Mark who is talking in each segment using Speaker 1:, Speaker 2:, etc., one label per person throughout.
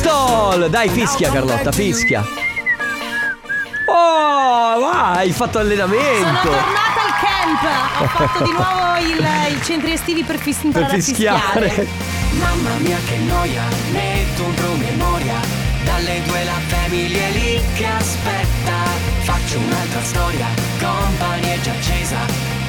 Speaker 1: gol, dai fischia Carlotta, fischia. Oh, vai, hai fatto
Speaker 2: Sono
Speaker 1: allenamento.
Speaker 2: tornata al camp. Ho fatto di nuovo il, i centri estivi per, fis-
Speaker 1: Per
Speaker 2: imparare a
Speaker 1: fischiare.
Speaker 3: Mamma mia che noia, metto un promemoria. Dalle due la famiglia è lì che aspetta. Faccio un'altra storia, company è già accesa.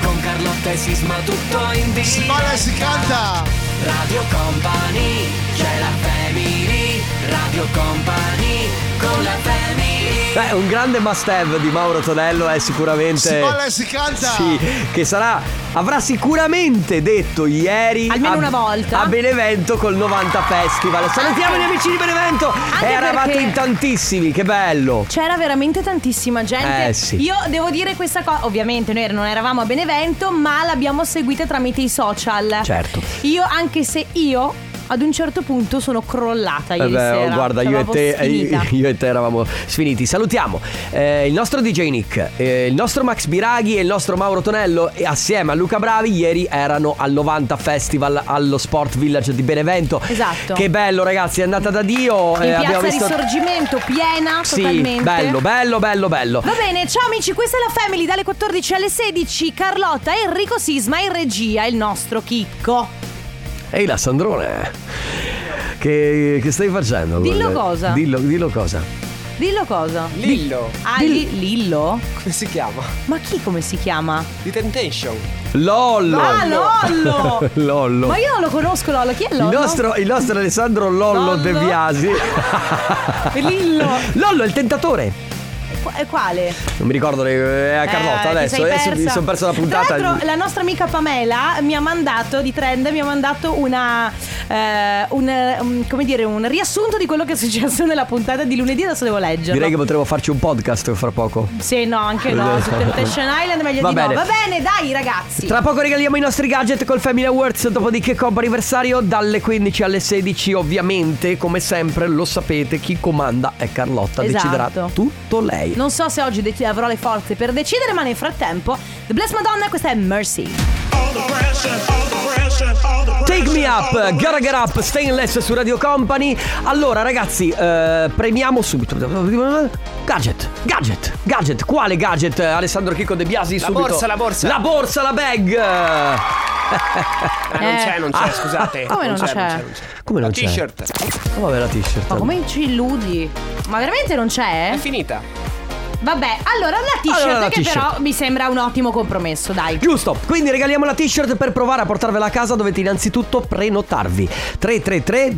Speaker 3: Con Carlotta e Sisma tutto in diretta.
Speaker 4: Si balla e si canta.
Speaker 3: Radio Company, c'è la family. Radio Company, con la family.
Speaker 1: Beh, un grande must have di Mauro Tonello è sicuramente
Speaker 4: Si balla e si canta.
Speaker 1: Sì, che sarà avrà sicuramente detto ieri
Speaker 2: Almeno una volta.
Speaker 1: a Benevento col 90 Festival. Salutiamo gli amici di Benevento! Eravate
Speaker 2: perché-
Speaker 1: in tantissimi, che bello!
Speaker 2: C'era veramente tantissima gente.
Speaker 1: Eh, sì.
Speaker 2: Io devo dire questa cosa, ovviamente noi non eravamo a Benevento, ma l'abbiamo seguita tramite i social.
Speaker 1: Certo.
Speaker 2: Io, anche se io ad un certo punto sono crollata ieri
Speaker 1: Eh beh,
Speaker 2: sera.
Speaker 1: guarda,
Speaker 2: Cioè,
Speaker 1: io e,
Speaker 2: proprio
Speaker 1: te,
Speaker 2: sfinita.
Speaker 1: eh, io e te eravamo sfiniti. Salutiamo eh, il nostro DJ Nick, eh, il nostro Max Biraghi e il nostro Mauro Tonello. E assieme a Luca Bravi, ieri erano al 90 Festival allo Sport Village di Benevento.
Speaker 2: Esatto.
Speaker 1: Che bello, ragazzi, è andata da Dio. eh,
Speaker 2: In piazza
Speaker 1: abbiamo visto.
Speaker 2: Risorgimento, piena
Speaker 1: Sì,
Speaker 2: totalmente.
Speaker 1: bello, bello, bello, bello.
Speaker 2: Va bene, ciao amici, questa è la Family dalle 14 alle 16. Carlotta, Enrico Sisma in regia, il nostro chicco.
Speaker 1: Ehi la Sandrone, che, che stai facendo? con
Speaker 2: Dillo
Speaker 1: le-
Speaker 2: cosa.
Speaker 1: Dillo, dillo cosa.
Speaker 2: Dillo cosa?
Speaker 5: Lillo,
Speaker 2: Ah,
Speaker 1: Dillo.
Speaker 2: Li- Lillo?
Speaker 5: come si chiama?
Speaker 2: Ma chi come si chiama?
Speaker 5: The Temptation.
Speaker 1: Lollo.
Speaker 2: Ah, Lollo!
Speaker 1: Lollo.
Speaker 2: Ma io non lo conosco Lollo, chi è Lollo?
Speaker 1: Il nostro, il nostro Alessandro Lollo,
Speaker 2: Lollo.
Speaker 1: De Biasi.
Speaker 2: Lillo.
Speaker 1: Lollo è il tentatore.
Speaker 2: Qu- eh, quale?
Speaker 1: Non mi ricordo, eh, è a Carlotta
Speaker 2: Eh, ti
Speaker 1: adesso.
Speaker 2: sei
Speaker 1: Adesso mi
Speaker 2: persa.
Speaker 1: sono perso la puntata.
Speaker 2: Tra l'altro, la nostra amica Pamela mi ha mandato di trend, mi ha mandato una. eh, un, eh, un- come dire, un riassunto di quello che è successo nella puntata di lunedì. Adesso devo leggerlo.
Speaker 1: Direi che potremmo farci un podcast fra poco.
Speaker 2: Sì, no, anche no. Su Temptation Island, meglio
Speaker 1: Va
Speaker 2: di
Speaker 1: bene.
Speaker 2: no. Va bene, dai, ragazzi.
Speaker 1: Tra poco regaliamo i nostri gadget col Family Awards, dopodiché compa anniversario dalle 15 alle 16. Ovviamente, come sempre, lo sapete, chi comanda è Carlotta.
Speaker 2: Esatto.
Speaker 1: Deciderà tutto lei.
Speaker 2: Non so se oggi dec- avrò le forze per decidere, ma nel frattempo, The Bless Madonna, questa è Mercy.
Speaker 1: Take me up, gotta get up, stainless su Radio Company. Allora, ragazzi, eh, premiamo subito. Gadget, gadget, gadget. Quale gadget, eh, Alessandro Chicco De Biasi?
Speaker 5: La
Speaker 1: subito.
Speaker 5: borsa, la borsa.
Speaker 1: La borsa, la bag.
Speaker 5: Ah, non
Speaker 2: Eh.
Speaker 5: c'è, non c'è, scusate.
Speaker 2: Come non c'è?
Speaker 1: Come non
Speaker 5: La
Speaker 1: c'è?
Speaker 5: t-shirt
Speaker 1: Ma vabbè, la t-shirt.
Speaker 2: Ma come ci illudi? Ma veramente non c'è?
Speaker 5: è finita.
Speaker 2: Vabbè, allora la t-shirt
Speaker 1: Allora, la
Speaker 2: che
Speaker 1: t-shirt.
Speaker 2: però mi sembra un ottimo compromesso, dai.
Speaker 1: Giusto, quindi regaliamo la t-shirt per provare a portarvela a casa dovete innanzitutto prenotarvi. 333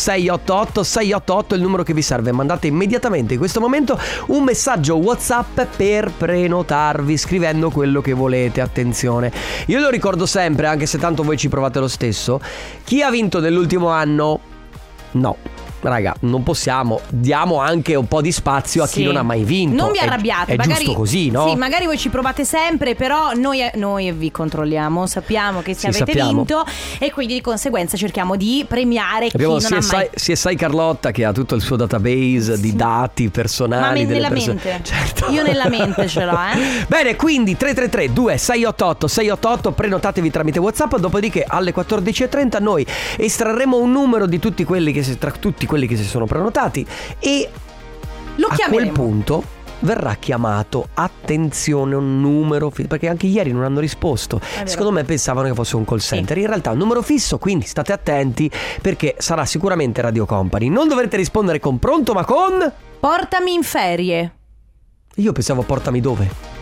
Speaker 1: 2688 688 è il numero che vi serve. Mandate immediatamente in questo momento un messaggio WhatsApp per prenotarvi scrivendo quello che volete, attenzione. Io lo ricordo sempre, anche se tanto voi ci provate lo stesso, chi ha vinto nell'ultimo anno no. Raga, non possiamo, diamo anche un po' di spazio a chi
Speaker 2: Sì.
Speaker 1: non ha mai vinto.
Speaker 2: Non vi
Speaker 1: È-
Speaker 2: arrabbiate,
Speaker 1: È,
Speaker 2: magari,
Speaker 1: giusto così, no?
Speaker 2: Sì, magari voi ci provate sempre, però noi, noi vi controlliamo, sappiamo che se
Speaker 1: Sì,
Speaker 2: avete
Speaker 1: sappiamo.
Speaker 2: vinto e quindi di conseguenza cerchiamo di premiare
Speaker 1: Abbiamo
Speaker 2: chi non ha mai
Speaker 1: CSI, CSI Carlotta che ha tutto il suo database di dati personali.
Speaker 2: Ma me-
Speaker 1: delle
Speaker 2: nella
Speaker 1: persone.
Speaker 2: mente.
Speaker 1: Certo.
Speaker 2: Io nella mente ce l'ho, eh.
Speaker 1: Bene, quindi 333 2688 688 prenotatevi tramite WhatsApp, dopodiché alle 14:30 noi estrarremo un numero di tutti quelli che si, tra tutti quelli che si sono prenotati e
Speaker 2: Lo
Speaker 1: a quel
Speaker 2: chiameremo.
Speaker 1: punto verrà chiamato attenzione un numero fi- perché anche ieri non hanno risposto
Speaker 2: vero.
Speaker 1: secondo me pensavano che fosse un call center in realtà è un numero fisso quindi state attenti perché sarà sicuramente Radio Company non dovrete rispondere con pronto ma con
Speaker 2: Portami in ferie.
Speaker 1: io pensavo portami dove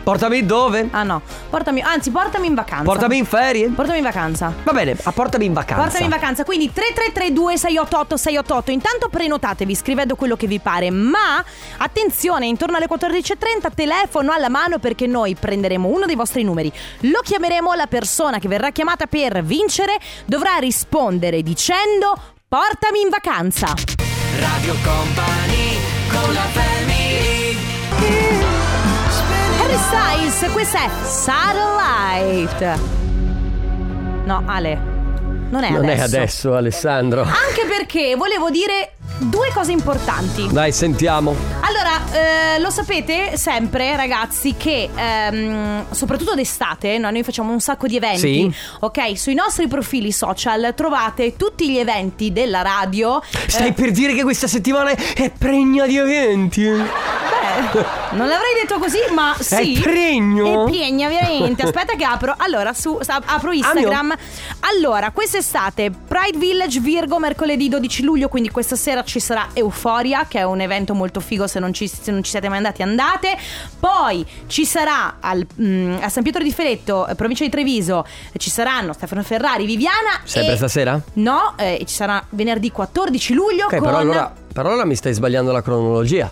Speaker 1: portami dove
Speaker 2: Ah no, portami, anzi portami in vacanza.
Speaker 1: portami in ferie
Speaker 2: Portami in vacanza.
Speaker 1: va bene a portami in vacanza
Speaker 2: Portami in vacanza, quindi 3332 688 688. Intanto prenotatevi, scrivendo quello che vi pare, ma attenzione, intorno alle 14:30 telefono alla mano perché noi prenderemo uno dei vostri numeri. Lo chiameremo la persona che verrà chiamata per vincere dovrà rispondere dicendo "Portami in vacanza".
Speaker 3: Radio Company, con la family.
Speaker 2: Harry Styles, questa è Satellite. No, Ale. Non è
Speaker 1: non
Speaker 2: adesso.
Speaker 1: è adesso Alessandro
Speaker 2: Anche perché volevo dire due cose importanti.
Speaker 1: dai sentiamo
Speaker 2: Allora, Allora, eh, lo sapete sempre, ragazzi, che ehm, soprattutto d'estate, no? noi facciamo un sacco di eventi.
Speaker 1: Sì.
Speaker 2: Ok, sui nostri profili social trovate tutti gli eventi della radio.
Speaker 1: Stai
Speaker 2: Eh,
Speaker 1: per dire che questa settimana è pregna di eventi?
Speaker 2: beh, non l'avrei detto così, ma sì.
Speaker 1: pregno?
Speaker 2: È pregna, ovviamente. Aspetta che apro. Allora, su, sa- apro Instagram. Allora, quest'estate Pride Village Virgo mercoledì 12 luglio, quindi questa sera ci sarà Euforia, che è un evento molto figo se non ci, se non ci siete mai andati andate. Poi ci sarà al- mm, a San Pietro di Feretto, eh, provincia di Treviso, eh, ci saranno Stefano Ferrari, Viviana
Speaker 1: Sempre
Speaker 2: e-
Speaker 1: stasera?
Speaker 2: No, eh, ci sarà venerdì 14 luglio
Speaker 1: Ok,
Speaker 2: con
Speaker 1: però allora, però allora mi stai sbagliando la cronologia.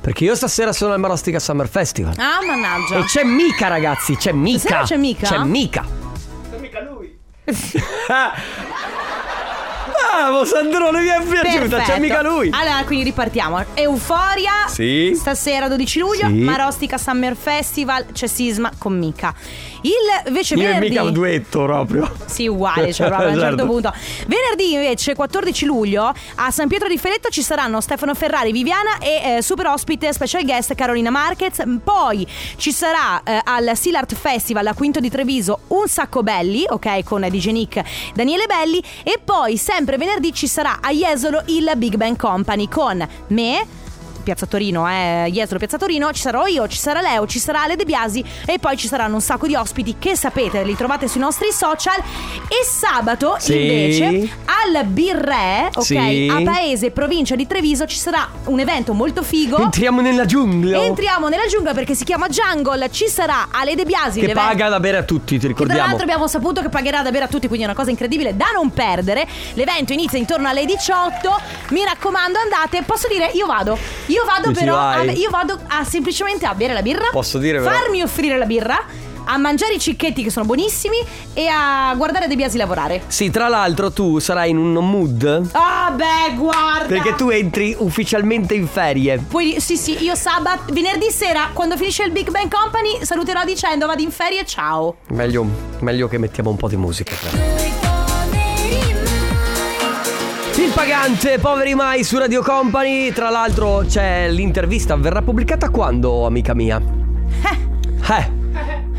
Speaker 1: Perché io stasera sono al Marostica Summer Festival.
Speaker 2: Ah, mannaggia.
Speaker 1: E c'è mica, ragazzi, c'è mica.
Speaker 2: Stasera c'è mica?
Speaker 1: C'è mica. Bravo, Sandrone, mi è piaciuta. C'è
Speaker 2: Perfetto.
Speaker 1: mica lui.
Speaker 2: Allora, quindi ripartiamo. Euforia.
Speaker 1: Sì.
Speaker 2: Stasera 12 luglio.
Speaker 1: Sì.
Speaker 2: Marostica Summer Festival. C'è Sisma con Mica. Il invece
Speaker 1: Io e
Speaker 2: venerdì.
Speaker 1: mica un duetto proprio.
Speaker 2: Sì, uguale, cioè proprio a un certo
Speaker 1: Certo.
Speaker 2: punto. Venerdì invece, 14 luglio, a San Pietro di Feretto ci saranno Stefano Ferrari, Viviana e eh, super ospite, special guest Carolina Marquez. Poi ci sarà eh, al Silart Festival a Quinto di Treviso un sacco belli, ok, con DJ Nick, Daniele Belli. E poi sempre venerdì ci sarà a Jesolo il Big Bang Company con me. Piazza Torino, eh, Jesolo Piazza Torino, ci sarò io, ci sarà Leo, ci sarà Ale De Biasi e poi ci saranno un sacco di ospiti che sapete, li trovate sui nostri social e sabato
Speaker 1: Sì.
Speaker 2: invece al Birre, ok,
Speaker 1: Sì.
Speaker 2: a Paese, provincia di Treviso ci sarà un evento molto figo.
Speaker 1: Entriamo nella giungla. oh,
Speaker 2: Entriamo nella giungla perché si chiama Jungle, ci sarà Ale De Biasi,
Speaker 1: che
Speaker 2: l'evento-
Speaker 1: paga da bere a tutti, ti
Speaker 2: che tra
Speaker 1: ricordiamo.
Speaker 2: l'altro abbiamo saputo che pagherà da bere a tutti, quindi è una cosa incredibile da non perdere. L'evento inizia intorno alle 18. Mi raccomando, andate. Posso dire, io vado. Io vado
Speaker 1: Dici,
Speaker 2: però. A,
Speaker 1: vai.
Speaker 2: io vado a semplicemente a bere la birra.
Speaker 1: Posso dire, però?
Speaker 2: Farmi offrire la birra. A mangiare i cicchetti che sono buonissimi. E a guardare De Biasi lavorare.
Speaker 1: Sì, tra l'altro tu sarai in un mood.
Speaker 2: Ah, beh, guarda.
Speaker 1: Perché tu entri ufficialmente in ferie.
Speaker 2: Poi, sì, sì, io sabato, venerdì sera, quando finisce il Big Bang Company, saluterò dicendo vado in ferie, ciao.
Speaker 1: Meglio, meglio che mettiamo un po' di musica. cioè. Il pagante, poveri mai su Radio Company. Tra l'altro c'è l'intervista, verrà pubblicata quando, amica mia? Eh.
Speaker 2: Eh,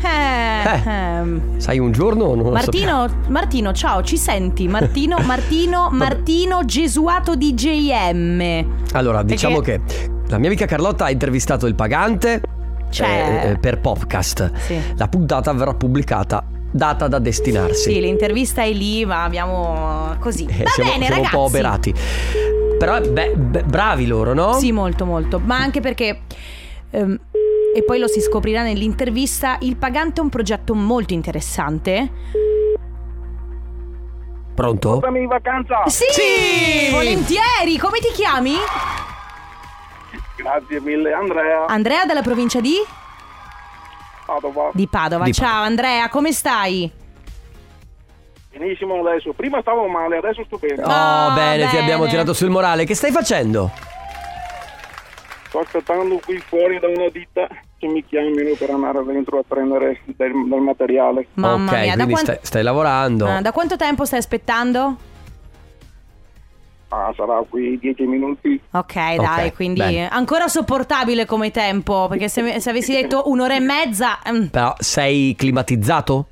Speaker 2: ehm.
Speaker 1: sai un giorno o non lo sappiamo?
Speaker 2: Martino, Martino, ciao, ci senti? Martino, Martino, Martino Gesuato DJM.
Speaker 1: Allora, diciamo che la mia amica Carlotta ha intervistato il pagante
Speaker 2: Cioè-
Speaker 1: eh, eh, per podcast.
Speaker 2: Sì.
Speaker 1: La puntata verrà pubblicata, data da destinarsi.
Speaker 2: Sì, l'intervista è lì, ma abbiamo così. Va
Speaker 1: Eh, siamo,
Speaker 2: bene,
Speaker 1: siamo
Speaker 2: ragazzi.
Speaker 1: un po' oberati. Però beh, beh, bravi loro, no?
Speaker 2: Sì, molto, molto. Ma anche perché. ehm, e poi lo si scoprirà nell'intervista. Il Pagante è un progetto molto interessante.
Speaker 1: Pronto?
Speaker 6: Portami in vacanza!
Speaker 2: Sì, volentieri. Come ti chiami?
Speaker 6: Grazie mille Andrea,
Speaker 2: Andrea dalla provincia di?
Speaker 6: Padova.
Speaker 2: Di Padova.
Speaker 1: Di
Speaker 2: Ciao, Andrea, come stai?
Speaker 6: Benissimo adesso, prima stavo male, adesso sto bene.
Speaker 1: Oh,
Speaker 2: Ah,
Speaker 1: bene, ti
Speaker 2: bene.
Speaker 1: abbiamo tirato sul morale. Che stai facendo?
Speaker 6: Sto aspettando qui fuori da una ditta che mi chiamino per andare dentro a prendere del, del materiale.
Speaker 2: Mamma
Speaker 1: ok,
Speaker 2: mia, da
Speaker 1: quindi
Speaker 2: quan-
Speaker 1: stai, stai lavorando.
Speaker 2: Ah, da quanto tempo stai aspettando?
Speaker 6: Ah, sarà qui 10 minuti.
Speaker 2: Ok, dai,
Speaker 1: Ok,
Speaker 2: quindi
Speaker 1: bene.
Speaker 2: ancora sopportabile come tempo, perché se, se avessi detto un'ora e mezza... mm,
Speaker 1: Però sei climatizzato?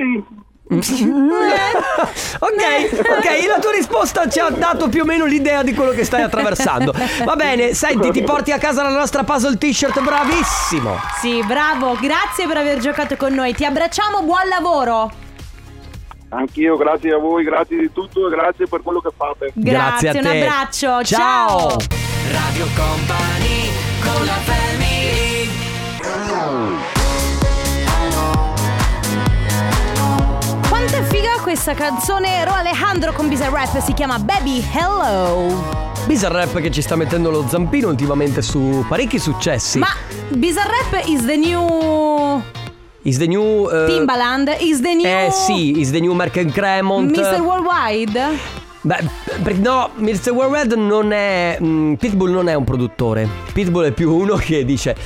Speaker 1: ok, ok, la tua risposta ci ha dato più o meno l'idea di quello che stai attraversando. Va bene, senti, ti porti a casa la nostra puzzle t-shirt, bravissimo.
Speaker 2: Sì, bravo, grazie per aver giocato con noi, ti abbracciamo, buon lavoro!
Speaker 6: Anch'io, grazie a voi, grazie di tutto e grazie per quello che fate.
Speaker 1: Grazie, a
Speaker 2: un
Speaker 1: te.
Speaker 2: abbraccio,
Speaker 1: Ciao.
Speaker 3: Radio Company con la family
Speaker 2: Quanto è figa questa canzone Ro Alejandro con Bizarre Rap, si chiama Baby Hello!
Speaker 1: Bizarrap che ci sta mettendo lo zampino ultimamente su parecchi successi.
Speaker 2: Ma Bizarre Rap is the new...
Speaker 1: Is the new eh,
Speaker 2: Timbaland, is the new...
Speaker 1: Eh sì, is the new Merkel Cremont.
Speaker 2: Mr. Worldwide?
Speaker 1: Beh, per- no, Mr. Worldwide non è. mm, Pitbull non è un produttore. Pitbull è più uno che dice: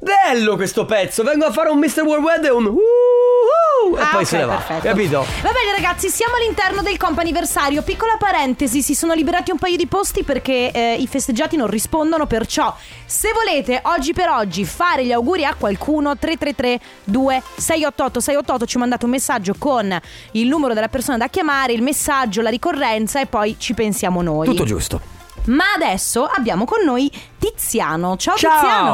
Speaker 1: Bello questo pezzo, vengo a fare un Mr. Worldwide e un. uh più e
Speaker 2: Ah,
Speaker 1: poi
Speaker 2: ok,
Speaker 1: se ne va.
Speaker 2: perfetto.
Speaker 1: Capito?
Speaker 2: Va bene ragazzi, siamo all'interno del comp'anniversario. Piccola parentesi, si sono liberati un paio di posti perché eh, i festeggiati non rispondono, perciò se volete oggi per oggi fare gli auguri a qualcuno 333 2688 688 ci mandate un messaggio con il numero della persona da chiamare, il messaggio, la ricorrenza e poi ci pensiamo noi.
Speaker 1: Tutto giusto.
Speaker 2: Ma adesso abbiamo con noi Tiziano. Ciao, Tiziano.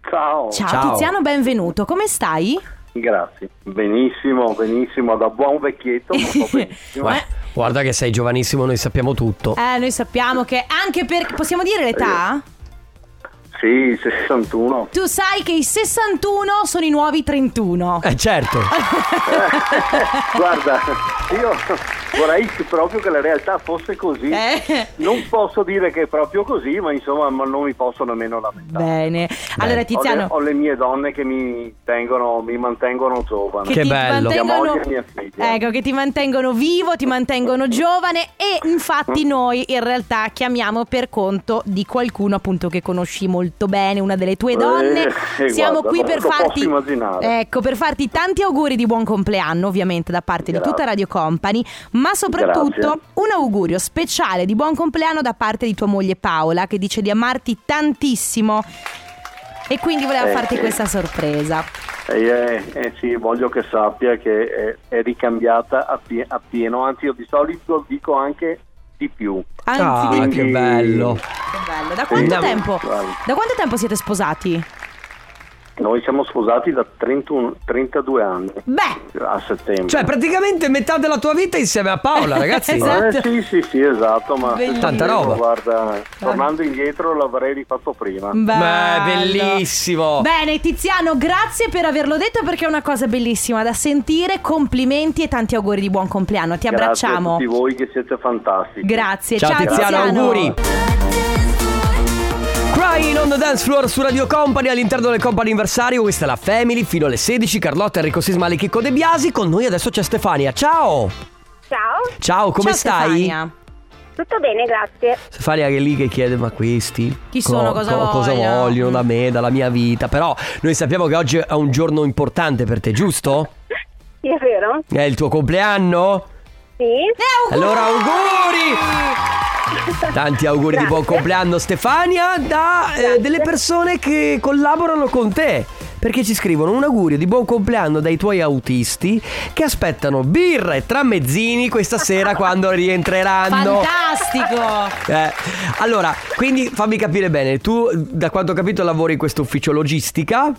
Speaker 1: Ciao.
Speaker 7: Ciao,
Speaker 2: Ciao,
Speaker 1: Ciao.
Speaker 2: Tiziano, benvenuto. Come stai?
Speaker 7: grazie. Benissimo, benissimo, da buon vecchietto. ma sto benissimo.
Speaker 1: Guarda, Eh? guarda che sei giovanissimo, noi sappiamo tutto.
Speaker 2: Eh, noi sappiamo che anche per... possiamo dire l'età?
Speaker 7: Sì, 61.
Speaker 2: Tu sai che i 61 sono i nuovi 31.
Speaker 1: Eh certo.
Speaker 2: Ah.
Speaker 7: Guarda, io vorrei che- proprio che la realtà fosse così.
Speaker 2: Eh.
Speaker 7: Non posso dire che è proprio così, ma insomma ma non mi posso nemmeno lamentare.
Speaker 2: Bene. Allora
Speaker 7: Ho le,
Speaker 2: Tiziano,
Speaker 7: ho le mie donne che mi, tengono, mi mantengono giovane.
Speaker 1: Che bello.
Speaker 7: Mia
Speaker 2: mantengono-
Speaker 7: moglie e mia figlia.
Speaker 2: Ecco, che ti mantengono vivo, ti mantengono giovane e
Speaker 7: Mm.
Speaker 2: infatti noi in realtà chiamiamo per conto di qualcuno appunto che conosci molto bene, una delle tue donne.
Speaker 7: Eh, eh,
Speaker 2: Siamo
Speaker 7: guarda,
Speaker 2: qui
Speaker 7: non
Speaker 2: per
Speaker 7: lo posso
Speaker 2: farti
Speaker 7: immaginare.
Speaker 2: Ecco, per farti tanti auguri di buon compleanno, ovviamente da parte di
Speaker 7: Grazie.
Speaker 2: tutta Radio Company, ma soprattutto
Speaker 7: Grazie.
Speaker 2: un augurio speciale di buon compleanno da parte di tua moglie Paola che dice di amarti tantissimo. E quindi voleva
Speaker 7: Eh,
Speaker 2: farti
Speaker 7: sì.
Speaker 2: questa sorpresa.
Speaker 7: Eh, eh, eh, sì, voglio che sappia che eh, è, ricambiata a, pie- a pieno, anzi io di solito dico anche di più.
Speaker 1: Ah,
Speaker 2: Anzi,
Speaker 1: che
Speaker 7: quindi-
Speaker 1: bello.
Speaker 2: Che bello. Da quanto,
Speaker 1: Sì.
Speaker 2: tempo,
Speaker 7: Bravo.
Speaker 2: da quanto tempo siete sposati?
Speaker 7: Noi siamo sposati da 31 32 anni
Speaker 2: Beh,
Speaker 7: a settembre.
Speaker 1: Cioè, praticamente metà della tua vita insieme a Paola, ragazzi.
Speaker 2: Esatto.
Speaker 7: Eh, sì, sì, sì, esatto, ma
Speaker 2: Bellissimo.
Speaker 1: Tanta roba.
Speaker 7: Guarda, tornando indietro l'avrei rifatto prima.
Speaker 1: Beh,
Speaker 2: bello.
Speaker 1: bellissimo.
Speaker 2: Bene, Tiziano, grazie per averlo detto perché è una cosa bellissima da sentire. Complimenti e tanti auguri di buon compleanno. Ti
Speaker 7: Grazie a
Speaker 2: abbracciamo.
Speaker 7: tutti voi che siete fantastici.
Speaker 2: Grazie,
Speaker 1: Ciao, Tiziano, auguri. Crying on the dance floor su Radio Company all'interno del Company anniversario. Questa è la Family fino alle 16. Carlotta, Enrico Sismali, Chicco De Biasi. Con noi adesso c'è Stefania. Ciao.
Speaker 8: Ciao,
Speaker 1: Ciao, come
Speaker 2: Ciao,
Speaker 1: stai?
Speaker 2: Stefania.
Speaker 8: tutto bene, grazie.
Speaker 1: Stefania che è lì che chiede ma questi
Speaker 2: Chi sono, cosa vogliono?"
Speaker 1: vogliono da me, dalla mia vita. Però noi sappiamo che oggi è un giorno importante per te, giusto?
Speaker 8: Sì, è vero?
Speaker 1: È il tuo compleanno?
Speaker 8: Sì.
Speaker 2: E auguri.
Speaker 1: Allora auguri! Tanti auguri di buon
Speaker 8: Grazie.
Speaker 1: compleanno Stefania da eh, delle persone che collaborano con te. Perché ci scrivono un augurio di buon compleanno dai tuoi autisti che aspettano birra e tramezzini questa sera quando rientreranno.
Speaker 2: Fantastico.
Speaker 1: Eh, allora, quindi fammi capire bene, tu da quanto ho capito lavori in questo ufficio logistica,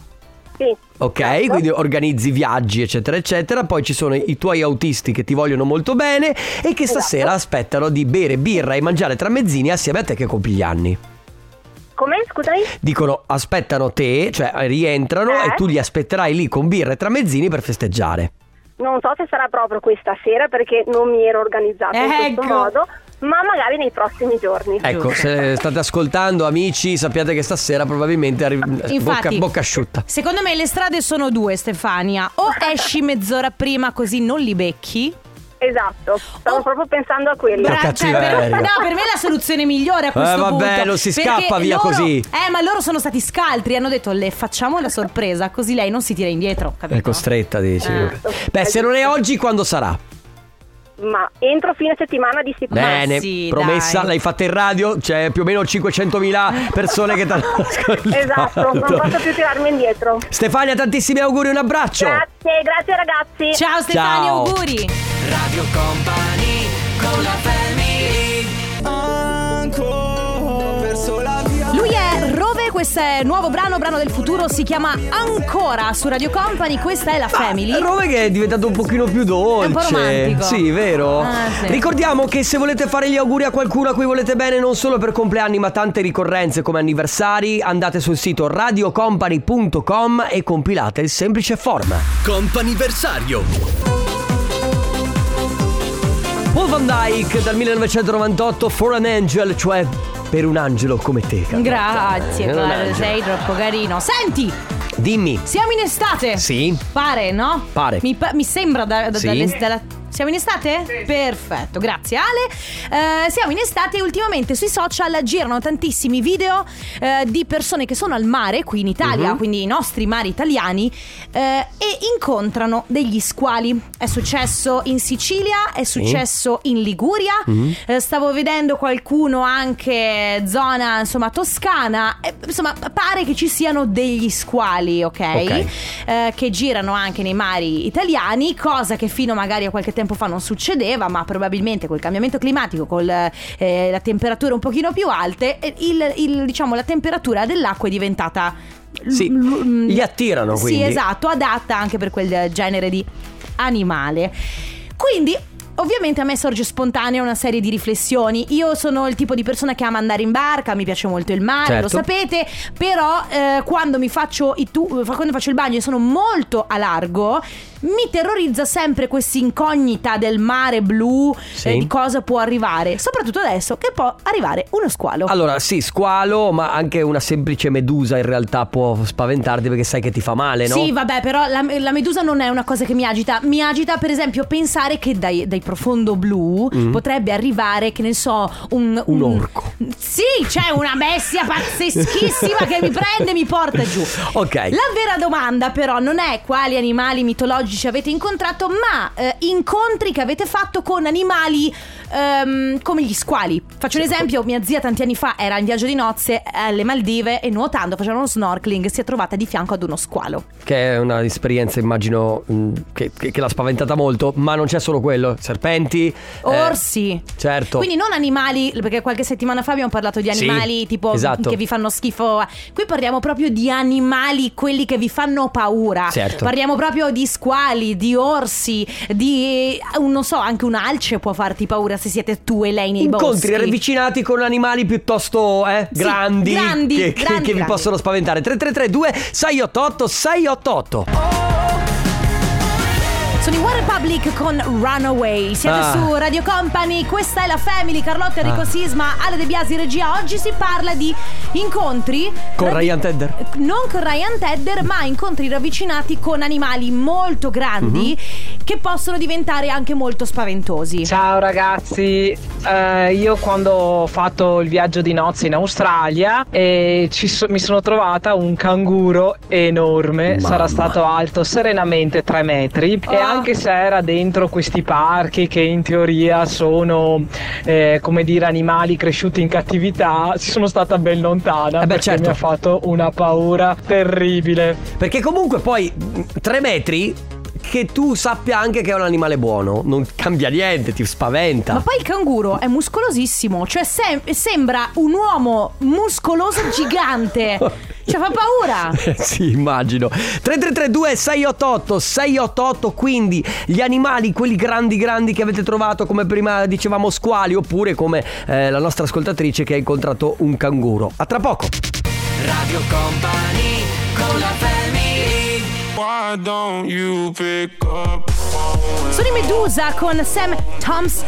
Speaker 8: Sì.
Speaker 1: ok?
Speaker 9: Certo.
Speaker 1: Quindi organizzi viaggi, eccetera, eccetera, poi ci sono i tuoi autisti che ti vogliono molto bene e che stasera aspettano di bere birra e mangiare tramezzini assieme a te che compi gli anni.
Speaker 8: Come? Scusami?
Speaker 1: Dicono aspettano te, cioè eh, rientrano
Speaker 8: Eh.
Speaker 1: e tu li aspetterai lì con birra e tramezzini per festeggiare.
Speaker 8: Non so se sarà proprio questa sera perché non mi ero organizzata in
Speaker 2: Ecco.
Speaker 8: questo modo, ma magari nei prossimi giorni.
Speaker 1: Ecco, se state ascoltando amici, sappiate che stasera probabilmente arri- bocca,
Speaker 2: Infatti,
Speaker 1: bocca asciutta.
Speaker 2: Secondo me le strade sono due, Stefania. O esci mezz'ora prima così non li becchi.
Speaker 8: Esatto, stavo
Speaker 2: Oh.
Speaker 8: proprio pensando a quello.
Speaker 1: Bra-
Speaker 2: Bra- cioè, per,
Speaker 1: cattiveria.
Speaker 2: no, per me è la soluzione migliore a questo punto.
Speaker 1: Eh, vabbè, non si
Speaker 2: perché
Speaker 1: scappa via
Speaker 2: loro-
Speaker 1: così.
Speaker 2: Eh, ma loro sono stati scaltri. Hanno detto le facciamo la sorpresa, così lei non si tira indietro. Capito?
Speaker 1: È costretta, dici.
Speaker 2: Eh.
Speaker 1: Beh, se non è oggi, quando sarà?
Speaker 8: Ma entro fine settimana di sicuro.
Speaker 2: Beh.
Speaker 1: Bene,
Speaker 2: sì,
Speaker 1: promessa,
Speaker 2: dai.
Speaker 1: l'hai fatta in radio, c'è più o meno 500.000 persone che ti hanno ascoltato.
Speaker 8: Esatto, non posso più tirarmi
Speaker 1: Oh.
Speaker 8: indietro.
Speaker 1: Stefania, tantissimi auguri, un abbraccio.
Speaker 8: Grazie, grazie ragazzi.
Speaker 2: Ciao Stefania,
Speaker 1: Ciao.
Speaker 2: auguri. Lui è Rove, questo è il nuovo brano, brano del futuro, si chiama Ancora su Radio Company, questa è la Family.
Speaker 1: Rome che è diventato un pochino più dolce.
Speaker 2: È un po' romantico.
Speaker 1: Sì, vero?
Speaker 2: Ah, sì.
Speaker 1: Ricordiamo che se volete fare gli auguri a qualcuno a cui volete bene, non solo per compleanni, ma tante ricorrenze come anniversari, andate sul sito radiocompany.com e compilate il semplice form.
Speaker 10: Comp'anniversario.
Speaker 1: Paul Van Dyke dal 1998 For an Angel, cioè per un angelo come te. Carlotta.
Speaker 2: Mm. Grazie,
Speaker 1: Eh, un
Speaker 2: guarda,
Speaker 1: angelo.
Speaker 2: sei troppo carino. Senti,
Speaker 1: Dimmi.
Speaker 2: siamo in estate.
Speaker 1: Sì.
Speaker 2: Pare, no?
Speaker 1: Pare.
Speaker 2: Mi, pa- mi sembra da- da-
Speaker 1: Sì.
Speaker 2: dalle- dalla- Siamo in estate? Perfetto, grazie Ale. Eh, siamo in estate e ultimamente sui social girano tantissimi video eh, di persone che sono al mare qui in Italia, quindi i nostri mari italiani, eh, e incontrano degli squali. È successo in Sicilia, è successo in Liguria, eh, stavo vedendo qualcuno anche zona insomma toscana, Eh, insomma pare che ci siano degli squali, ok?
Speaker 1: Ok.
Speaker 2: eh, che girano anche nei mari italiani, cosa che fino magari a qualche tempo fa non succedeva, ma probabilmente col cambiamento climatico, con la temperatura un pochino più alte, eh, il- il- diciamo, la temperatura dell'acqua è diventata... l-
Speaker 1: Sì,
Speaker 2: l- mm,
Speaker 1: li attirano, quindi.
Speaker 2: Sì, esatto, adatta anche per quel genere di animale. Quindi... Ovviamente a me sorge spontanea una serie di riflessioni. Io sono il tipo di persona che ama andare in barca, mi piace molto il mare,
Speaker 1: Certo.
Speaker 2: lo sapete, però eh, quando mi faccio i tu- quando faccio il bagno e sono molto a largo, mi terrorizza sempre questa incognita del mare blu,
Speaker 1: Sì.
Speaker 2: eh, di cosa può arrivare, soprattutto adesso che può arrivare uno squalo.
Speaker 1: Allora, sì, squalo, ma anche una semplice medusa in realtà può spaventarti perché sai che ti fa male, no?
Speaker 2: Sì, vabbè, però la, la medusa non è una cosa che mi agita. Mi agita, per esempio, pensare che dai, dai profondo blu potrebbe arrivare, che ne so, un,
Speaker 1: Mm. Un orco.
Speaker 2: Sì, c'è una bestia pazzeschissima che mi prende e mi porta giù.
Speaker 1: Ok.
Speaker 2: La vera domanda, però, non è quali animali mitologici avete incontrato, ma eh, incontri che avete fatto con animali ehm, come gli squali. Faccio un esempio: mia zia tanti anni fa era in viaggio di nozze alle Maldive e nuotando, facevano uno snorkeling, si è trovata di fianco ad uno squalo.
Speaker 1: Che è un'esperienza, immagino, mh, che, che- che l'ha spaventata molto, ma non c'è solo quello. Serpenti, eh,
Speaker 2: Orsi.
Speaker 1: certo.
Speaker 2: Quindi non animali, perché qualche settimana fa abbiamo parlato di
Speaker 1: Sì,
Speaker 2: animali tipo
Speaker 1: esatto.
Speaker 2: che vi fanno schifo. Qui parliamo proprio di animali, quelli che vi fanno paura.
Speaker 1: Certo.
Speaker 2: Parliamo proprio di squali, di orsi, di un- non so, anche un alce può farti paura se siete tu e lei nei boschi.
Speaker 1: Incontri ravvicinati con animali piuttosto eh,
Speaker 2: Sì,
Speaker 1: grandi,
Speaker 2: grandi,
Speaker 1: che, che-
Speaker 2: grandi,
Speaker 1: che vi
Speaker 2: grandi.
Speaker 1: possono spaventare. 3332 688 688.
Speaker 2: Sono in War Republic con Runaway. Siete
Speaker 1: Ah.
Speaker 2: su Radio Company, questa è la Family, Carlotta Enrico
Speaker 1: Ah.
Speaker 2: Sisma, Ale De Biasi regia. Oggi si parla di incontri
Speaker 1: Con
Speaker 2: ravvi-
Speaker 1: Ryan Tedder.
Speaker 2: non con Ryan Tedder, ma incontri ravvicinati con animali molto grandi
Speaker 1: Mhm.
Speaker 2: che possono diventare anche molto spaventosi.
Speaker 10: Ciao ragazzi, Eh, io quando ho fatto il viaggio di nozze in Australia eh, ci so- mi sono trovata un canguro enorme, sarà stato alto serenamente 3 metri e
Speaker 2: Ah.
Speaker 10: anche se era dentro questi parchi che in teoria sono eh, come dire animali cresciuti in cattività, ci sono stata ben lontana
Speaker 1: Eh beh,
Speaker 10: perché
Speaker 1: certo.
Speaker 10: mi ha fatto una paura terribile.
Speaker 1: Perché comunque poi 3 metri che tu sappia anche che è un animale buono, non cambia niente, ti spaventa.
Speaker 2: Ma poi il canguro è muscolosissimo, cioè sem- sembra un uomo muscoloso gigante. Cioè fa paura.
Speaker 1: Eh, sì, immagino. 3332 688 688, quindi gli animali, quelli grandi grandi che avete trovato come prima dicevamo squali oppure come eh, la nostra ascoltatrice che ha incontrato un canguro. A tra poco.
Speaker 3: Radio Company con la family
Speaker 2: Sono in Medusa con Sam Thompson.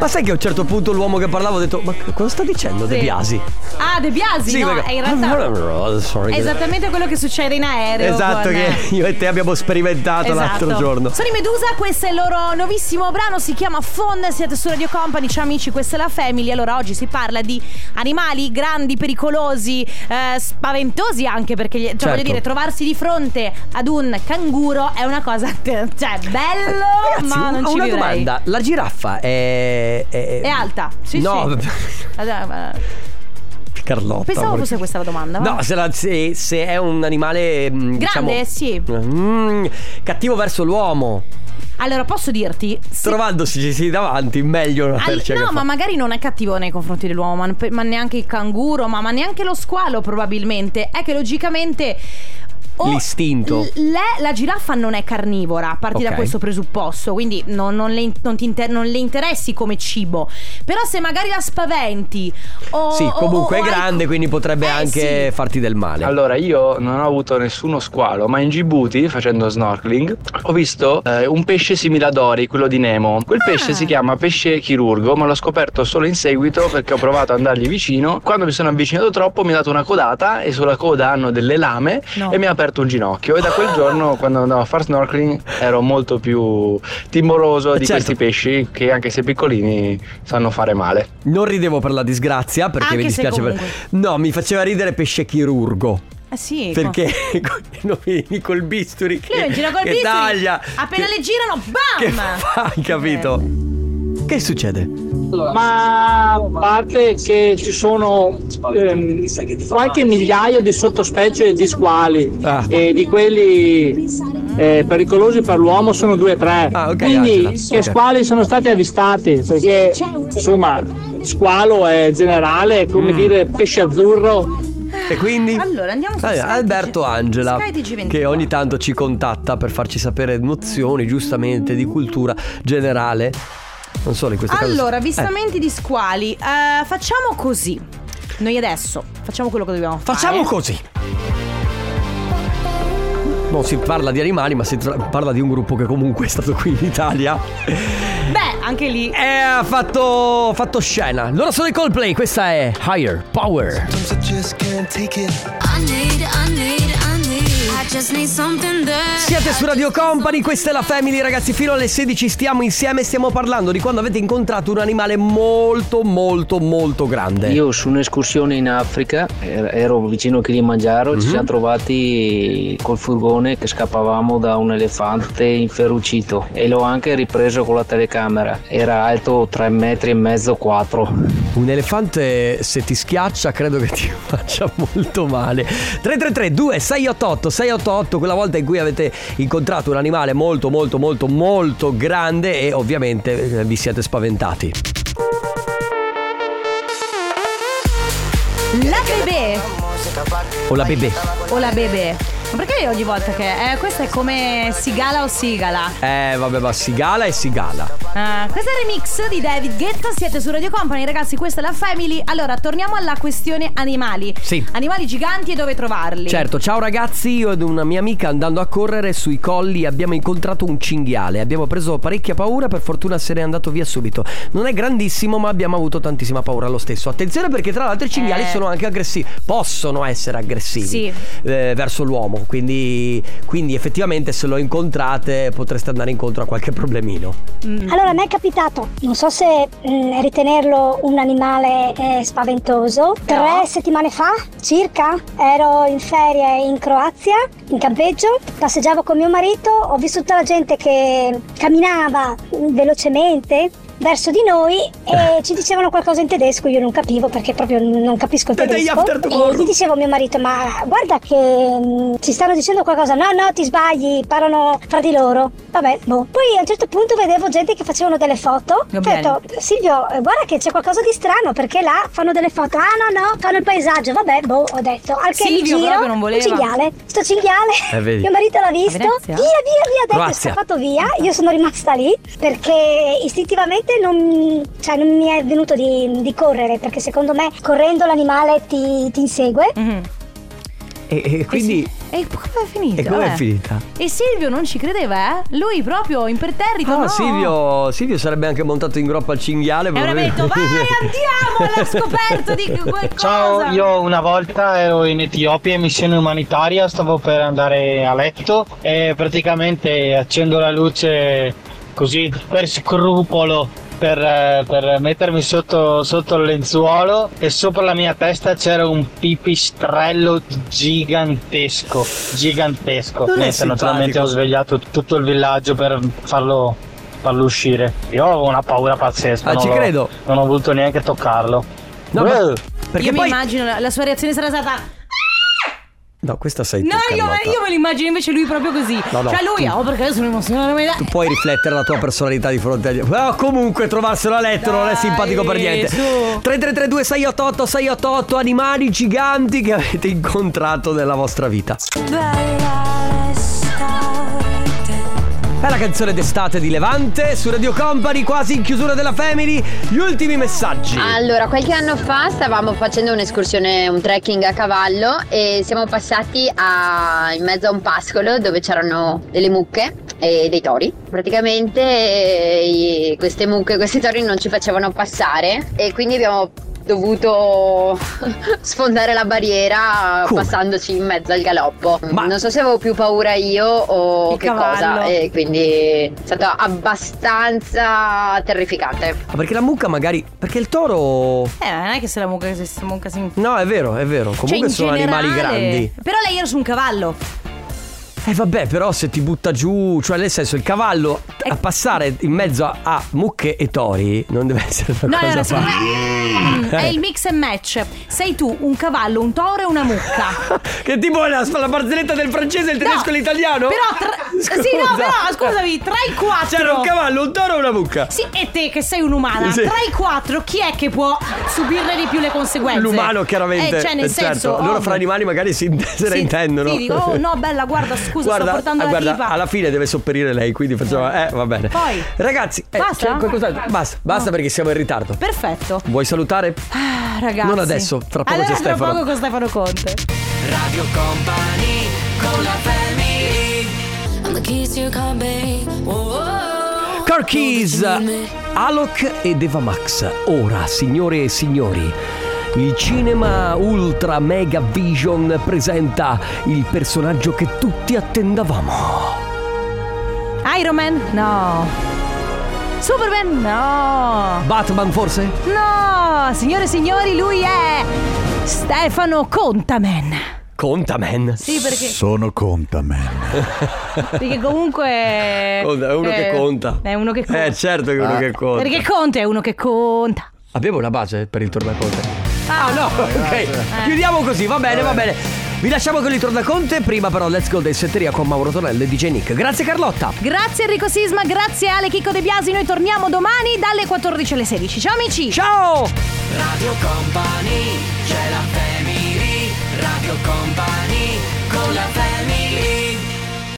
Speaker 1: Ma sai che a un certo punto l'uomo che parlava ha detto "Ma che- cosa sta dicendo De Biasi?"
Speaker 2: Ah, De Biasi, no,
Speaker 1: perché-
Speaker 2: è in realtà
Speaker 1: Sorry.
Speaker 2: è esattamente quello che succede in aereo.
Speaker 1: Esatto
Speaker 2: con-
Speaker 1: che io e te abbiamo sperimentato l'altro
Speaker 2: Esatto.
Speaker 1: giorno.
Speaker 2: Sono i Medusa, questo è il loro nuovissimo brano, si chiama Fond, siete su Radio Company, ciao amici, questa è la Family. Allora oggi si parla di animali grandi, pericolosi, eh, spaventosi anche perché, gli- cioè,
Speaker 1: Certo.
Speaker 2: voglio dire, trovarsi di fronte ad un canguro è una cosa, cioè, bello,
Speaker 1: Ragazzi,
Speaker 2: ma
Speaker 1: ho
Speaker 2: non
Speaker 1: una
Speaker 2: ci vivrei.
Speaker 1: domanda, la giraffa è è,
Speaker 2: È alta, sì,
Speaker 1: No,
Speaker 2: sì. Allora, ma-
Speaker 1: Carlotta.
Speaker 2: Pensavo
Speaker 1: porca-
Speaker 2: fosse questa la domanda. ma-
Speaker 1: No, se, la- se- se è un animale mm,
Speaker 2: Grande,
Speaker 1: diciamo,
Speaker 2: sì.
Speaker 1: mm, cattivo verso l'uomo,
Speaker 2: Allora, posso dirti? se-
Speaker 1: trovandosi davanti, meglio una
Speaker 2: Al-
Speaker 1: percia
Speaker 2: no,
Speaker 1: che
Speaker 2: ma
Speaker 1: fa.
Speaker 2: magari non è cattivo nei confronti dell'uomo, ma, ma neanche il canguro, ma, ma neanche lo squalo probabilmente. È che logicamente... o
Speaker 1: L'istinto.
Speaker 2: l- le- la giraffa non è carnivora, parti
Speaker 1: Ok.
Speaker 2: da questo presupposto, quindi non, non le, in- non ti inter- non le interessi come cibo. Però se magari la spaventi o...
Speaker 1: Sì,
Speaker 2: o-
Speaker 1: comunque
Speaker 2: o- o
Speaker 1: è
Speaker 2: hai-
Speaker 1: grande, quindi potrebbe
Speaker 2: Eh,
Speaker 1: anche
Speaker 2: sì.
Speaker 1: farti del male.
Speaker 11: Allora, io non ho avuto nessuno squalo, ma in Djibouti, facendo snorkeling, ho visto eh, un pesce simile ad Ori, quello di Nemo. Quel
Speaker 2: Ah.
Speaker 11: pesce si chiama pesce chirurgo, ma l'ho scoperto solo in seguito perché ho provato ad andargli vicino. Quando mi sono avvicinato troppo mi ha dato una codata e sulla coda hanno delle lame
Speaker 2: No.
Speaker 11: e mi ha aperto aperto un ginocchio e da quel giorno quando andavo a far snorkeling ero molto più timoroso di
Speaker 2: Eh,
Speaker 1: Certo.
Speaker 11: questi pesci che anche se piccolini sanno fare male.
Speaker 1: Non ridevo per la disgrazia perché
Speaker 2: Anche
Speaker 1: mi
Speaker 2: se
Speaker 1: dispiace. per-
Speaker 2: comunque.
Speaker 1: No, mi faceva ridere pesce chirurgo.
Speaker 2: Eh sì.
Speaker 1: Perché quando vieni col bisturi che,
Speaker 2: Lui non gira col
Speaker 1: che
Speaker 2: bisturi,
Speaker 1: taglia
Speaker 2: Appena
Speaker 1: che-
Speaker 2: le girano,
Speaker 1: Che
Speaker 2: bam!
Speaker 1: fa, capito? Che succede?
Speaker 12: ma a parte che ci sono ehm, qualche migliaio di sottospecie di squali e di quelli eh, pericolosi per l'uomo sono due o tre quindi
Speaker 13: Angela,
Speaker 12: che
Speaker 13: ok.
Speaker 12: squali sono stati avvistati perché insomma squalo è generale è come
Speaker 1: Mm.
Speaker 12: dire pesce azzurro
Speaker 1: E quindi?
Speaker 2: Allora andiamo su
Speaker 1: Allora,
Speaker 2: Sky
Speaker 1: Alberto
Speaker 2: TG
Speaker 1: Angela,
Speaker 2: Sky TG24.
Speaker 1: che ogni tanto ci contatta per farci sapere nozioni giustamente di cultura generale. Non solo in questo caso.
Speaker 2: Allora,
Speaker 1: Eh,
Speaker 2: avvistamenti di squali. Eh, facciamo così. Noi adesso facciamo quello che dobbiamo fare.
Speaker 1: facciamo così. Non si parla di animali, ma si tra- parla di un gruppo che comunque è stato qui in Italia.
Speaker 2: Beh, anche lì.
Speaker 1: E ha fatto, fatto scena. Loro sono i Coldplay, questa è Higher Power. Siete su Radio Company, questa è la Family ragazzi, fino alle 16 stiamo insieme, stiamo parlando di quando avete incontrato un animale molto molto molto grande.
Speaker 14: Io su un'escursione in Africa, er- ero vicino a Kilimangiaro, ci
Speaker 1: Mhm.
Speaker 14: siamo trovati col furgone che scappavamo da un elefante inferocito e l'ho anche ripreso con la telecamera. Era alto 3 metri e mezzo, 4.
Speaker 1: Un elefante se ti schiaccia credo che ti faccia molto male. 333 2688 688 quella volta in cui avete incontrato un animale molto molto molto molto grande e ovviamente eh, vi siete spaventati.
Speaker 2: La bebè
Speaker 1: O la bebè.
Speaker 2: o la bebè. Ma perché ogni volta che. Eh, questa è come Sigala o Sigala.
Speaker 1: Eh vabbè ma sigala e sigala.
Speaker 2: Ah, questo è il remix di David Guetta, siete su Radio Company ragazzi, questa è la Family. Allora, torniamo alla questione animali.
Speaker 1: Sì.
Speaker 2: Animali giganti e dove trovarli.
Speaker 1: Certo, ciao ragazzi, io ed una mia amica andando a correre sui colli abbiamo incontrato un cinghiale, abbiamo preso parecchia paura, per fortuna se n'è andato via subito. Non è grandissimo ma abbiamo avuto tantissima paura lo stesso. Attenzione perché tra l'altro i cinghiali
Speaker 2: Eh.
Speaker 1: sono anche aggressivi, possono essere aggressivi
Speaker 2: Sì.
Speaker 1: eh, verso l'uomo, quindi, quindi effettivamente se lo incontrate potreste andare incontro a qualche problemino.
Speaker 2: Mm.
Speaker 9: Allora, a me è capitato, non so se mm, ritenerlo un animale eh, spaventoso, tre settimane fa circa ero in ferie in Croazia, in campeggio, passeggiavo con mio marito, ho visto tutta la gente che camminava mm, velocemente verso di noi e ci dicevano qualcosa in tedesco, io non capivo perché proprio n- non capisco il
Speaker 1: The day
Speaker 9: tedesco.
Speaker 1: after
Speaker 9: E gli dicevo a mio marito, ma guarda che mm, ci stanno dicendo qualcosa, no no ti sbagli, parlano fra di loro, vabbè, boh. Poi a un certo punto vedevo gente che facevano delle foto, ho
Speaker 2: bene.
Speaker 9: detto Silvio eh, guarda che c'è qualcosa di strano perché là fanno delle foto, ah no no fanno il paesaggio, vabbè boh ho detto, al che mi
Speaker 2: Silvio
Speaker 9: giro,
Speaker 2: proprio non voleva.
Speaker 9: un cinghiale, sto cinghiale,
Speaker 1: Eh, vedi.
Speaker 9: mio marito l'ha visto, via via
Speaker 2: Venezia.
Speaker 9: via, ha detto è
Speaker 1: Croazia.
Speaker 9: scappato via, io sono rimasta lì perché istintivamente non, cioè, non mi è venuto di, di correre perché secondo me correndo l'animale ti, ti insegue.
Speaker 2: Mm-hmm.
Speaker 1: E, e
Speaker 2: Eh,
Speaker 1: quindi...
Speaker 2: E come è finita?
Speaker 1: E com'è
Speaker 2: eh?
Speaker 1: finita?
Speaker 2: E Silvio non ci credeva, eh? Lui proprio imperterrito.
Speaker 1: Ah,
Speaker 2: no.
Speaker 1: Silvio, Silvio sarebbe anche montato in groppa al cinghiale.
Speaker 2: E avrebbe detto, vai, andiamo alla scoperta di qualcosa.
Speaker 15: Ciao, io una volta ero in Etiopia in missione umanitaria, stavo per andare a letto e praticamente accendo la luce così per scrupolo per, eh, per mettermi sotto, sotto il lenzuolo e sopra la mia testa c'era un pipistrello gigantesco, gigantesco.
Speaker 1: Non è
Speaker 15: Niente, naturalmente
Speaker 1: simpatico.
Speaker 15: ho svegliato tutto il villaggio per farlo, farlo uscire. Io avevo una paura pazzesca,
Speaker 1: Ah,
Speaker 15: non
Speaker 1: ci
Speaker 15: l'ho-
Speaker 1: credo.
Speaker 15: non ho voluto neanche toccarlo.
Speaker 1: No, ma-
Speaker 15: Eh.
Speaker 1: perché
Speaker 2: io
Speaker 1: poi-
Speaker 2: mi immagino, la, la sua reazione sarà stata.
Speaker 1: No, questa sei tu.
Speaker 2: No, io,
Speaker 1: Carlotta.
Speaker 2: io me lo immagino invece lui proprio così.
Speaker 1: No, no,
Speaker 2: cioè lui,
Speaker 1: tu-
Speaker 2: oh, perché sono emozionato.
Speaker 1: Tu puoi riflettere la tua personalità di fronte agli. Però comunque trovarselo a letto non è simpatico per niente. 3332 688 688 animali giganti che avete incontrato nella vostra vita. È la canzone d'estate di Levante su Radio Company, quasi in chiusura della Family. Gli ultimi messaggi.
Speaker 16: Allora, qualche anno fa stavamo facendo un'escursione, un trekking a cavallo e siamo passati a- in mezzo a un pascolo dove c'erano delle mucche e dei tori. Praticamente eh, queste mucche, questi tori non ci facevano passare e quindi abbiamo dovuto sfondare la barriera
Speaker 1: Come?
Speaker 16: passandoci in mezzo al galoppo. Non so se avevo più paura io o
Speaker 2: Il
Speaker 16: che
Speaker 2: cavallo.
Speaker 16: cosa, Eh, e quindi è stato abbastanza terrificante.
Speaker 1: Ah, perché la mucca magari... Perché il toro...
Speaker 2: Eh, non è che se la mucca se si mucca si
Speaker 1: No, è vero, è vero.
Speaker 2: Cioè,
Speaker 1: Comunque
Speaker 2: in
Speaker 1: sono
Speaker 2: generale-
Speaker 1: animali grandi.
Speaker 2: Però lei era su un cavallo.
Speaker 1: Eh vabbè, però se ti butta giù, cioè nel senso il cavallo a passare in mezzo a, a mucche e tori non deve essere una
Speaker 2: No,
Speaker 1: cosa
Speaker 2: no, no, secondo
Speaker 1: facile.
Speaker 2: Mm, È il mix and match. Sei tu un cavallo, un toro e una mucca.
Speaker 1: Che tipo è la, la barzelletta del francese, il tedesco e l'italiano?
Speaker 2: Però tra- Sì, no,
Speaker 1: Scusa.
Speaker 2: però scusami, tra i quattro.
Speaker 1: C'era un cavallo, un toro e una mucca.
Speaker 2: Sì, e te che sei un'umana.
Speaker 1: Sì.
Speaker 2: Tra i quattro, chi è che può subirne di più le conseguenze?
Speaker 1: L'umano chiaramente.
Speaker 2: Eh, cioè, nel
Speaker 1: eh, certo.
Speaker 2: senso.
Speaker 1: Loro
Speaker 2: ovvio.
Speaker 1: fra animali magari si, se la
Speaker 2: Sì,
Speaker 1: intendono.
Speaker 2: Sì, dico, oh no, bella, guarda, scusa,
Speaker 1: guarda,
Speaker 2: sto portando
Speaker 1: ah,
Speaker 2: la
Speaker 1: guarda,
Speaker 2: riva.
Speaker 1: alla fine deve sopperire lei, quindi facciamo. Eh, va bene.
Speaker 2: Poi?
Speaker 1: Ragazzi, eh,
Speaker 2: Basta?
Speaker 1: c'è qualcos'altro? Basta, basta perché siamo in ritardo.
Speaker 2: Perfetto.
Speaker 1: Vuoi salutare?
Speaker 2: Ah, ragazzi.
Speaker 1: Non adesso, fra poco
Speaker 2: allora,
Speaker 1: c'è Stefano.
Speaker 2: Tra poco con Stefano Conte.
Speaker 3: Radio Company con la family
Speaker 1: Car Keys, Alok ed Eva Max. Ora, signore e signori, il cinema Ultra Mega Vision presenta il personaggio che tutti attendavamo.
Speaker 2: Iron Man? No. Superman? No.
Speaker 1: Batman forse?
Speaker 2: No, signore e signori, lui è Stefano Contaman.
Speaker 1: Contaman.
Speaker 2: Sì, perché-
Speaker 13: Sono Contaman.
Speaker 2: Perché comunque è
Speaker 1: Conta- è uno che conta.
Speaker 2: Eh, È uno che conta. Ah.
Speaker 1: Eh, certo che è uno che conta.
Speaker 2: Perché Conte è uno che conta.
Speaker 1: Abbiamo una base per il tornaconte.
Speaker 2: Ah,
Speaker 1: no, ok. Chiudiamo così, va bene, va bene. Vi lasciamo con il tornaconte, prima però let's go del setteria con Mauro Tonello e DJ Nick. Grazie Carlotta.
Speaker 2: Grazie Enrico Sisma, grazie Ale Chicco De Biasi. Noi torniamo domani dalle 14 alle 16. Ciao amici.
Speaker 1: Ciao.
Speaker 3: Radio Company c'è la family Radio Company con la family